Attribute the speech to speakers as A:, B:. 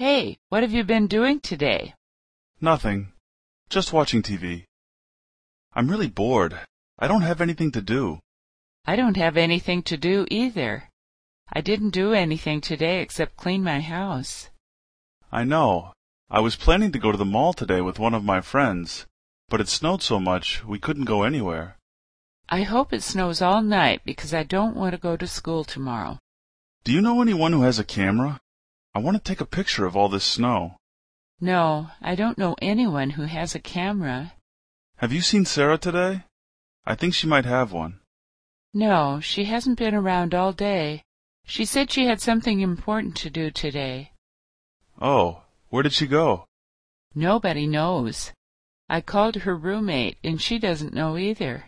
A: Hey, what have you been doing today?
B: Nothing. Just watching TV. I'm really bored. I don't have anything to do.
A: I don't have anything to do either. I didn't do anything today except clean my house.
B: I know. I was planning to go to the mall today with one of my friends, but it snowed so much we couldn't go anywhere.
A: I hope it snows all night because I don't want to go to school tomorrow.
B: Do you know anyone who has a camera? I want to take a picture of all this snow.
A: No, I don't know anyone who has a camera.
B: Have you seen Sarah today? I think she might have one.
A: No, she hasn't been around all day. She said she had something important to do today.
B: Oh, where did she go?
A: Nobody knows. I called her roommate and she doesn't know either.